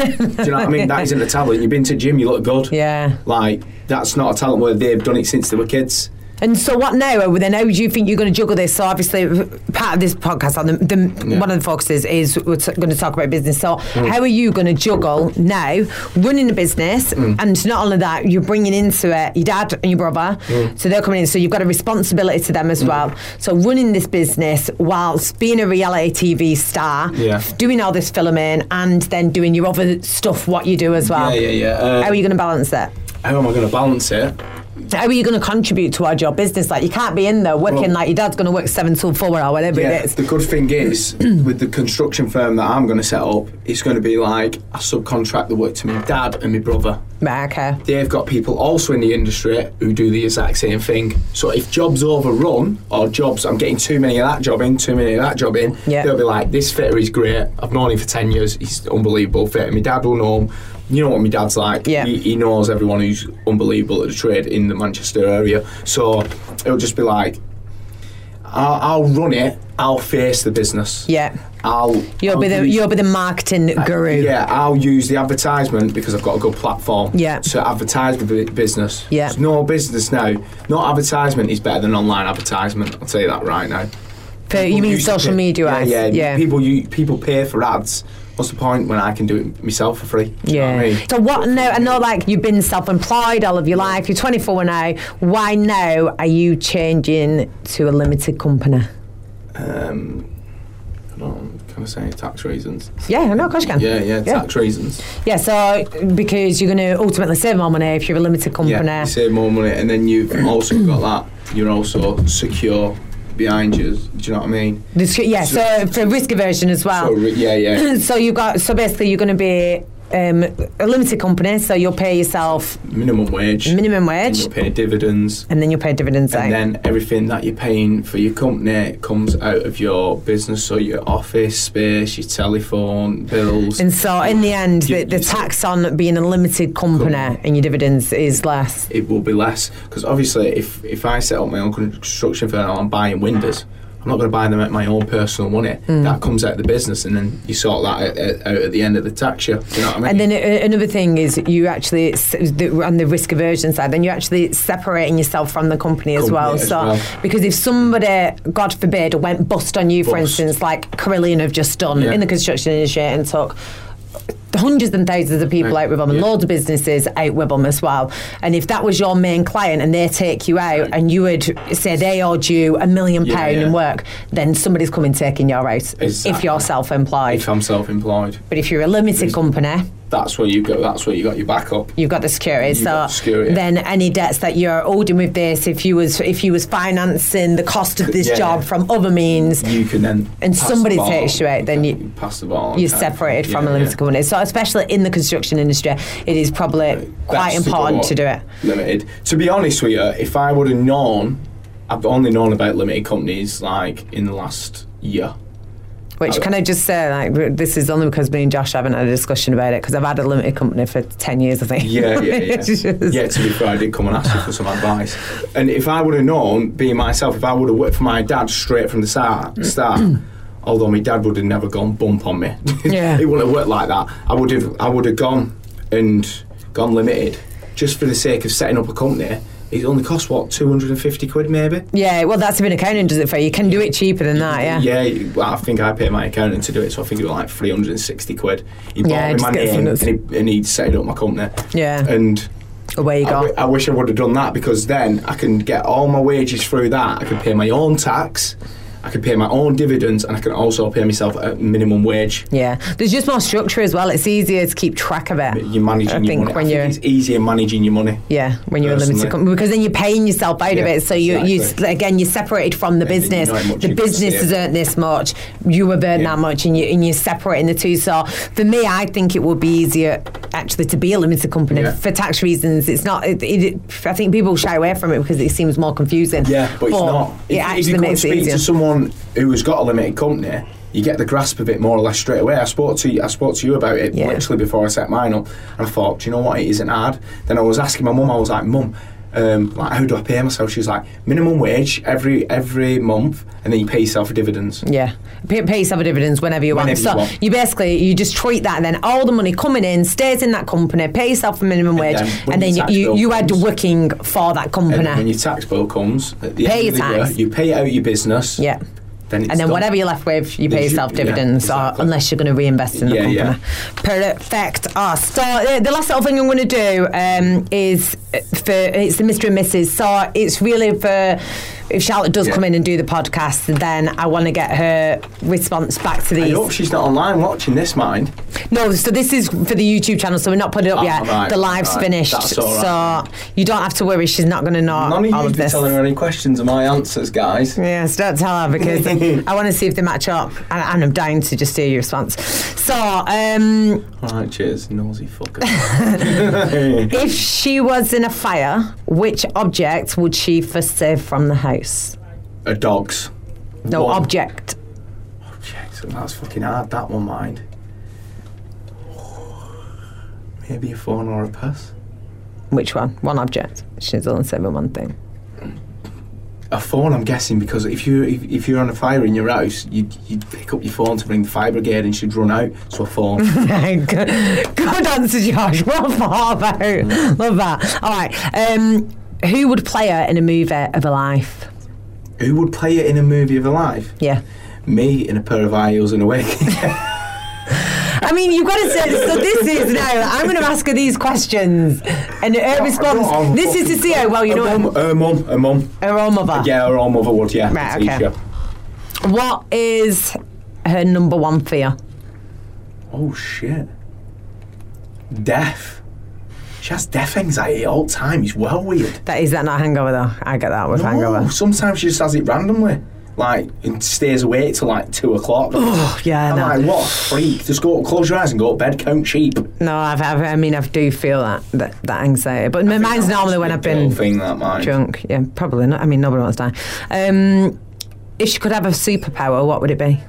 S2: know what I mean? That isn't a talent. You've been to gym, you look good.
S1: Yeah.
S2: Like, that's not a talent where they've done it since they were kids.
S1: And so, what now? Well, Then, how do you think you're going to juggle this? So, obviously, part of this podcast on the, the
S2: Yeah. Mm.
S1: one of the focuses is we're t- going to talk about business. So, how are you going to juggle now running a business?
S2: Mm.
S1: And not only that, you're bringing into it your dad and your brother,
S2: Mm.
S1: so they're coming in. So, you've got a responsibility to them as well. So, running this business whilst being a reality TV star,
S2: Yeah.
S1: doing all this filming, and then doing your other stuff, what you do as well.
S2: yeah.
S1: How are you going to balance that?
S2: how am I going to balance it?
S1: How are you going to contribute towards your business? Like, you can't be in there working
S2: Well-
S1: like your dad's going to work seven till four or whatever
S2: Yeah,
S1: it is.
S2: the good thing is with the construction firm that I'm going to set up, it's going to be like I subcontract the work to my dad and my brother.
S1: Right, okay.
S2: They've got people also in the industry who do the exact same thing. So if jobs overrun or jobs, I'm getting too many of that job in, too many of that job in,
S1: Yeah.
S2: they'll be like, this fitter is great. I've known him for 10 years. He's unbelievable fitter. My dad will know him. You know what my dad's like.
S1: Yeah.
S2: He, he knows everyone who's unbelievable at the trade in the Manchester area. So it'll just be like, I'll, I'll run it. I'll face the business.
S1: Yeah.
S2: I'll.
S1: You'll
S2: I'll
S1: be the
S2: use- Uh,
S1: you'll be the marketing guru.
S2: yeah, I'll use the advertisement because I've got a good platform
S1: Yeah.
S2: to advertise the bu- business.
S1: Yeah.
S2: There's no business now. Not advertisement is better than online advertisement. I'll tell you that right now.
S1: For- you
S2: People
S1: mean
S2: used to
S1: social
S2: pay-
S1: media
S2: yeah,
S1: ads?
S2: Yeah,
S1: yeah.
S2: People you people pay for ads. What's the point when I can do it myself for free? Do you know
S1: yeah.
S2: what I mean?
S1: So what now? I know, like you've been self-employed all of your life. You're 24 now. Why now are you changing to a limited company?
S2: Um, I don't know, can I say tax reasons?
S1: Yeah, no, of course you can.
S2: Yeah, yeah,
S1: Yeah.
S2: tax reasons.
S1: Yeah, so because you're going to ultimately save more money if you're a limited company.
S2: Yeah, you save more money, and then you've also got that. You're also secure behind you. Do you know what I mean?
S1: This- yeah, so, for risk aversion as well.
S2: So re- yeah, yeah.
S1: so you've got so basically you're going to be um, a limited company, so you'll pay yourself
S2: minimum wage,
S1: minimum
S2: and
S1: wage,
S2: you pay dividends,
S1: and then you'll pay dividends. out.
S2: and then everything that you're paying for your company comes out of your business, so your office space, your telephone bills.
S1: And so, in the end,
S2: You-
S1: the, the
S2: you-
S1: tax on being a limited company
S2: Company.
S1: and your dividends is less.
S2: it will be less because obviously, if if I set up my own construction firm, and I'm buying windows. I'm not going to buy them at my own personal money.
S1: Hmm.
S2: That comes out of the business, and then you sort that out, out at the end of the tax year. Do you know what I mean?
S1: And then a- another thing is you actually s- the- on the risk aversion side, then you're actually separating yourself from the company as
S2: Company
S1: well.
S2: as
S1: so
S2: well.
S1: because if somebody, God forbid, went bust on you, for
S2: Bust.
S1: instance, like Carillion have just done
S2: Yeah.
S1: in the construction industry and took hundreds and thousands of people
S2: Right.
S1: out with them and
S2: Yeah.
S1: loads of businesses out with them as well. And if that was your main client and they take you out
S2: Right.
S1: and you would say they owed you a million
S2: Yeah,
S1: pound
S2: yeah.
S1: in work, then somebody's coming taking your out if
S2: Exactly.
S1: you're self-employed.
S2: if I'm self-employed,
S1: but if you're a limited company,
S2: that's where you go. That's where you got your backup.
S1: you've got the security.
S2: You've
S1: so
S2: got the security.
S1: then any debts that you're owed with this, if you was if you was financing the cost of this
S2: Yeah,
S1: job
S2: yeah.
S1: from other means,
S2: You can then
S1: And
S2: pass
S1: somebody
S2: the ball
S1: takes you out, then you-
S2: pass the ball. on
S1: you're
S2: kind of thing.
S1: separated from
S2: Yeah,
S1: a limited
S2: yeah.
S1: company. So especially in the construction industry, it is probably quite
S2: That's
S1: important to
S2: the
S1: do
S2: goal.
S1: it.
S2: Limited. To be honest with you, if I would have known, I've only known about limited companies like in the last year.
S1: Which can I just say, like this is only because me and Josh haven't had a discussion about it because I've had a limited company for ten years, I think.
S2: Yeah, yeah, yeah.
S1: It's just-
S2: yeah, to be fair, I did come and ask you for some advice. And if I would have known, being myself, if I would have worked for my dad straight from the start, start although my dad would have never gone bump on me.
S1: Yeah.
S2: it wouldn't have worked like that. I would have I would have gone and gone limited just for the sake of setting up a company. It only cost what, two hundred and fifty quid maybe?
S1: Yeah, well, that's been accounting, does it for you? You can do it cheaper than that, Ah, yeah.
S2: you- well, I think I paid my accountant to do it, so I think it was like 360 quid. He bought
S1: Yeah,
S2: me
S1: just
S2: my
S1: get some
S2: name and
S1: nuts.
S2: he, and he set it up my company.
S1: Yeah.
S2: And
S1: Away you
S2: I
S1: go.
S2: wi- I wish I would have done that because then I can get all my wages through that. I can pay my own tax, I can pay my own dividends, and I can also pay myself a minimum wage.
S1: Yeah, there's just more structure as well. It's easier to keep track of it.
S2: You're managing
S1: I
S2: your
S1: think
S2: money.
S1: when
S2: I
S1: you're
S2: think it's easier managing your money.
S1: yeah when you're a
S2: Personally.
S1: limited company because then you're paying yourself out of
S2: Yeah,
S1: it. So you you
S2: exactly.
S1: again you're separated from the
S2: then you
S1: business.
S2: know how much
S1: the
S2: you've got to
S1: business
S2: save.
S1: has earned this much. You have earned
S2: Yeah.
S1: that much, and you and you're separating the two. So for me, I think it would be easier actually to be a limited company
S2: Yeah.
S1: for tax reasons. It's not. It, it, I think people shy away from it because it seems more confusing.
S2: Yeah, but, it's not.
S1: It
S2: If- if
S1: actually
S2: you go and
S1: makes it
S2: speak
S1: easier.
S2: to someone who has got a limited company, you get the grasp of it more or less straight away. I spoke to you, I spoke to you about it
S1: Yeah.
S2: literally before I set mine up, and I thought, do you know what? It isn't hard. Then I was asking my mum. I was like, mum. Um, like how do I pay myself? She's like minimum wage every every month, and then you pay yourself dividends.
S1: Yeah, pay, pay yourself dividends whenever you want.
S2: Whenever you
S1: so you,
S2: want.
S1: basically you just treat that, and then all the money coming in stays in that company. Pay yourself a minimum wage,
S2: then um, when
S1: and then
S2: your tax
S1: you
S2: bill
S1: you are
S2: comes-
S1: working for that
S2: And then when
S1: company.
S2: your tax bill comes, at the
S1: Pay
S2: end
S1: your
S2: of the
S1: tax.
S2: year, you pay out your business.
S1: Yeah,
S2: Then it's
S1: and then
S2: done.
S1: whatever you're left with, you
S2: Then
S1: pay
S2: you-
S1: yourself
S2: yeah,
S1: dividends, or
S2: exactly.
S1: unless you're going to reinvest in the
S2: Yeah,
S1: company.
S2: yeah.
S1: Perfect. Ah, so uh, the last little thing I'm going to do um, is uh, for it's the Mr and Mrs. So it's really for if Charlotte does
S2: Yeah.
S1: come in and do the podcast, then I want to get her response back to
S2: I
S1: these.
S2: hope she's not online watching this, mind.
S1: No, so this is for the YouTube channel, so we're not putting it up
S2: Ah,
S1: yet.
S2: right,
S1: the live's
S2: right.
S1: finished,
S2: That's
S1: so
S2: all
S1: you don't have to worry. She's not going to know
S2: None of
S1: all
S2: you
S1: of
S2: be
S1: this.
S2: telling her any questions or my answers, guys.
S1: Yes, don't tell her because I want to see if they match up, and, and I'm dying to just hear your response. So, um,
S2: Right, cheers, nosy fucker.
S1: if she was in a fire, which object would she first save from the house?
S2: a Uh, dog's.
S1: No
S2: One.
S1: object.
S2: Object. That's fucking hard, that one, mind. Maybe a phone or a purse.
S1: Which one? One object. She's only saving one thing.
S2: A phone, I'm guessing, because if you if, if you're on a fire in your house, you'd, you'd pick up your phone to ring the fire brigade, and she'd run out. So a phone.
S1: good, good answer, Josh. Well thought out. Love that. All right. Um, who would play her in a movie of her life?
S2: Who would play it in a movie of her life?
S1: Yeah.
S2: Me in a pair of high heels and a wig.
S1: I mean, you've got to say. So this is now. I'm going to ask her these questions, and her response. This is to see how well you know
S2: her
S1: her,
S2: mum. Her mum. Her mum.
S1: her own mother.
S2: Yeah, her own mother would. Yeah.
S1: Right,
S2: teach
S1: okay.
S2: you.
S1: What is her number one fear?
S2: Oh shit. Death. She has death anxiety all the time. It's well weird.
S1: That is that not hangover though. I get that with
S2: No,
S1: hangover.
S2: sometimes she just has it randomly. Like and stays awake till like two o'clock.
S1: Oh, yeah,
S2: I'm
S1: no.
S2: like, what a freak? Just go close your eyes and go to bed, count sheep.
S1: No, I've, I've, I mean, I do feel that that, that anxiety, but mine's normally when I've been
S2: thing that mine.
S1: drunk. Yeah, probably not. I mean, nobody wants to die. Um, if she could have a superpower, what would it be?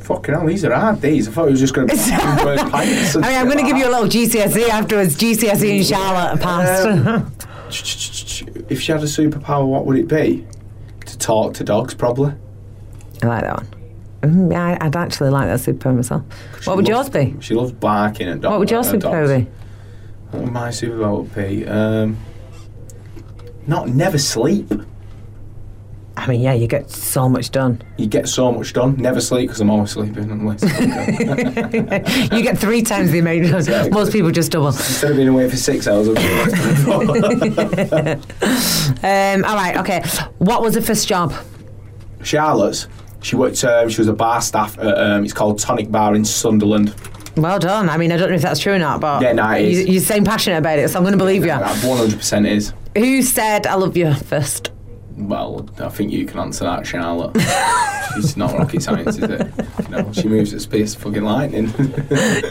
S2: Fucking hell, these are hard days. I thought it was just gonna be fucking wear pants and
S1: I mean, I'm
S2: shit
S1: going to
S2: like
S1: give you a little GCSE E afterwards. GCSE in E Charlotte passed.
S2: Um, If she had a superpower, what would it be? To talk to dogs, probably.
S1: I like that one. Mm, yeah, I- I'd actually like that superpower myself. What would
S2: She
S1: yours
S2: loves-
S1: be?
S2: She loves barking at dogs.
S1: What would your superpower be?
S2: What would my superpower would be? Um, not never sleep.
S1: I mean, yeah, you get so much done.
S2: You get so much done. Never sleep because I'm always sleeping. Unless
S1: you get three times the amount. of done. Most people just double.
S2: instead of being away for six hours, I'm
S1: Um, all right, okay. What was her first job?
S2: Charlotte's. She worked. Um, she was a bar staff at. Um, it's called Tonic Bar in Sunderland.
S1: Well done. I mean, I don't know if that's true or not, but
S2: Yeah, no, it
S1: you,
S2: is.
S1: you seem passionate about it, so I'm going to believe you.
S2: That 100% is.
S1: Who said I love you first?
S2: Well, I think you can answer that, Charlotte. She's not rocket science, is it? No, she moves at speed as fucking lightning.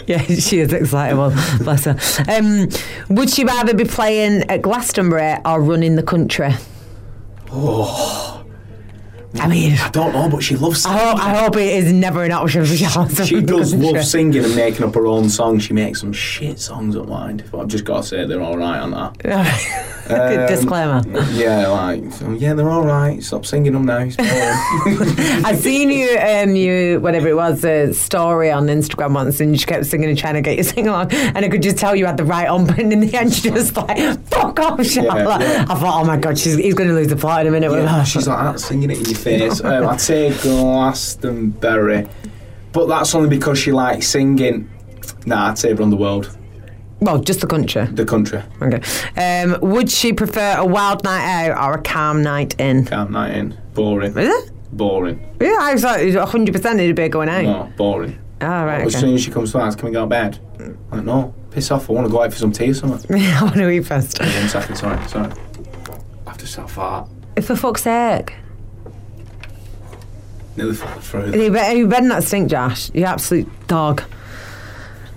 S1: Yeah, she is excitable. Bless her. Um, would she rather be playing at Glastonbury or running the country?
S2: Oh.
S1: I mean,
S2: I don't know, but she loves.
S1: I hope, I hope it is never an option for Charlotte.
S2: She does love singing and making up her own songs. She makes some shit songs at Mind. But I've just got to say they're all right on that.
S1: Good
S2: Um,
S1: disclaimer.
S2: Yeah, like so, yeah, they're all right. Stop singing them now. It's boring.
S1: I seen you, um, you whatever it was, a story on Instagram once, and you kept singing and trying to get your sing along, and I could just tell you had the right on, but in the end, you just like fuck off, Charlotte.
S2: yeah.
S1: I thought, oh my god, she's he's going to lose the plot in a minute with
S2: yeah,
S1: her.
S2: she's like that, singing it in your face. Um, I'd say Glastonbury, but that's only because she likes singing. Nah, I'd say around the world,
S1: Well, just the country.
S2: the country.
S1: Okay. Um, would she prefer a wild night out or a calm night in?
S2: Can't night in. Boring.
S1: Is it?
S2: Boring.
S1: Yeah, I was like, 100 percent it'd be going out.
S2: No, boring.
S1: All right.
S2: As
S1: Okay.
S2: soon as she comes to us, can we go to bed? Like, no, piss off. I want to go out for some tea or something.
S1: I want to eat first.
S2: One second, sorry, sorry. I have to start fart.
S1: For fuck's sake.
S2: Nearly farted through.
S1: You better, you better not stink, Josh. You absolute dog.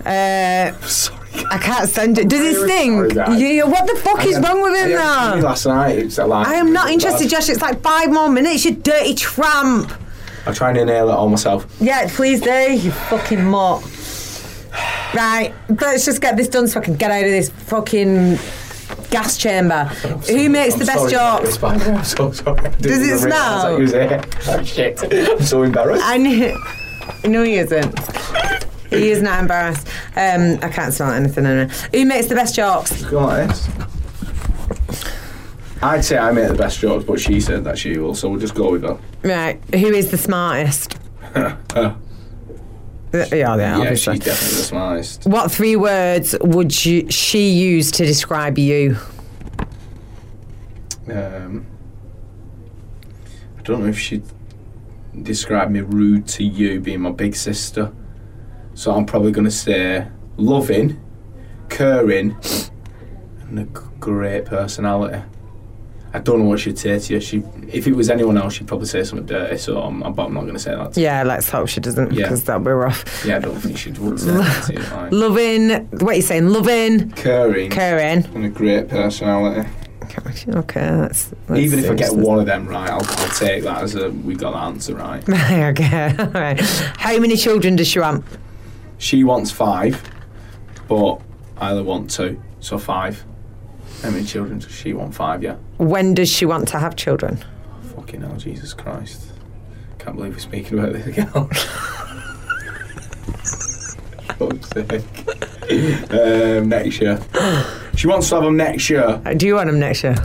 S1: Uh,
S2: Sorry.
S1: I can't stand it. Does it
S2: Sorry,
S1: stink?
S2: guys.
S1: Yeah, what the fuck is wrong with him
S2: I
S1: now?
S2: Last night, it's like,
S1: I am not interested, Josh. It's like five more minutes, you dirty tramp.
S2: I'm trying to inhale it all myself.
S1: Yeah, please do, you fucking mutt. Right, let's just get this done so I can get out of this fucking gas chamber. Who makes
S2: I'm
S1: the best
S2: sorry about
S1: jokes?
S2: this, but I'm so sorry. I didn't
S1: Does it
S2: even realise
S1: smell?
S2: that was here. Oh, shit. I'm so embarrassed.
S1: I knew. No, he isn't. He is not embarrassed. Um, I can't smell anything. Anyway. Who makes the best jokes?
S2: Go like this. I'd say I make the best jokes, but she said that she will, so we'll just go with that.
S1: Right. Who is the smartest?
S2: Uh,
S1: Uh, Yeah, yeah,
S2: yeah,
S1: obviously.
S2: she's definitely the smartest.
S1: What three words would you, she use to describe you?
S2: Um, I don't know if she described me rude to you being my big sister. So I'm probably going to say loving, caring, and a g- great personality. I don't know what she'd say to you. She, if it was anyone else, she'd probably say something dirty. So I'm, but I'm not going to say that. To
S1: Yeah, let's hope she doesn't
S2: Yeah.
S1: because that'll be rough.
S2: you. Yeah, I don't think she would say that to you. Like.
S1: Loving, what are you saying? Loving,
S2: Caring
S1: caring.
S2: and a great personality.
S1: Okay, that's. that's
S2: Even if I get
S1: interesting.
S2: one of them right, I'll, I'll take that as a we got the answer right.
S1: okay, all right. How many children does she want?
S2: She wants five, but I only want two, so five. How many children does she want? Five, yeah.
S1: When does she want to have children?
S2: Fucking hell, Jesus Christ. Can't believe we're speaking about this again. Fuck's sake. Um, next year. She wants to have them next year.
S1: Uh, Do you want them next year?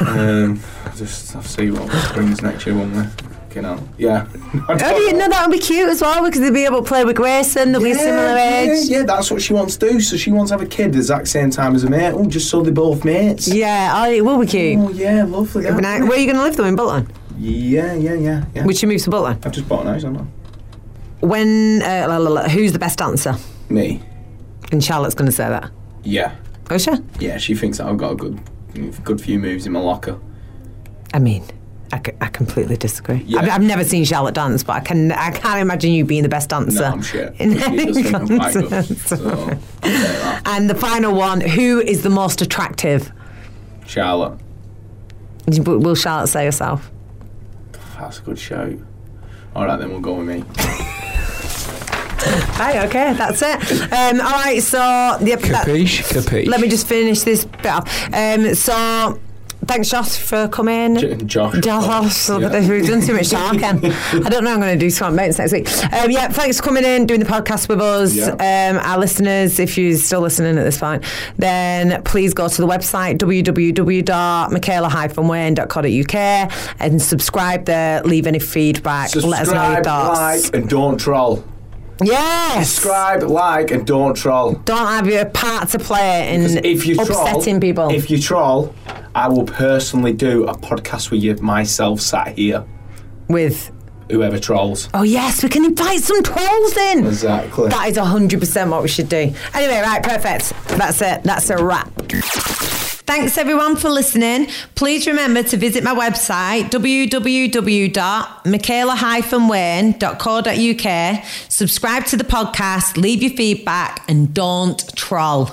S2: Um, just I'll see what brings next year, won't we? Fucking hell. Yeah.
S1: Oh, do you know that would be cute as well because they'd be able to play with Grayson. They'll be a similar age.
S2: Yeah, yeah, that's what she wants to do. So she wants to have a kid the exact same time as a mate. Oh, just so they're both mates.
S1: Yeah, oh, it will be cute.
S2: Oh, yeah, lovely.
S1: It'd be
S2: that.
S1: nice. Where are you going to live though in Butland?
S2: Yeah, yeah, yeah, yeah.
S1: Would she move to Butland?
S2: I've just bought an ice, haven't
S1: When? Uh, la, la, la, who's the best dancer?
S2: I? Me.
S1: And Charlotte's going to say that.
S2: Yeah.
S1: Oh, sure.
S2: Yeah, she thinks that I've got a good, good few moves in my locker.
S1: I mean, I, c- I completely disagree.
S2: Yeah.
S1: I've, I've never seen Charlotte dance, but I can I can't imagine you being the best dancer.
S2: No, I'm shit.
S1: In
S2: She does
S1: any
S2: think I'm quite good.
S1: contest.
S2: So, I'll take that.
S1: And the final one: Who is the most attractive?
S2: Charlotte.
S1: Will will Charlotte say herself?
S2: That's a good shout. All right, then we'll go with me.
S1: Hi, okay, that's it. Um, all right, so yeah, that-
S3: Capiche? Capiche.
S1: let me just finish this bit off. Um, so, thanks, Josh, for coming.
S2: J- Josh.
S1: Josh, we've done too much talking. I don't know. I'm going to do something about next week. Um, yeah, thanks for coming in, doing the podcast with us.
S2: Yeah.
S1: Um, our listeners, if you're still listening at this point, then please go to the website www.michaela-wayne.co.uk and subscribe there. Leave any feedback.
S2: Subscribe,
S1: let us know your thoughts.
S2: like, and don't troll.
S1: yes.
S2: Subscribe, like, and don't troll.
S1: Don't have your part to play in
S2: 'Cause If you
S1: upsetting
S2: troll,
S1: people.
S2: if you troll, I will personally do a podcast with you myself sat here.
S1: with
S2: Whoever trolls.
S1: oh yes, we can invite some trolls in.
S2: Exactly.
S1: That is 100% what we should do. Anyway, right, perfect. That's it. That's a wrap. Thanks everyone for listening. Please remember to visit my website www.michaela-wayne.co.uk. Subscribe to the podcast, leave your feedback, and don't troll.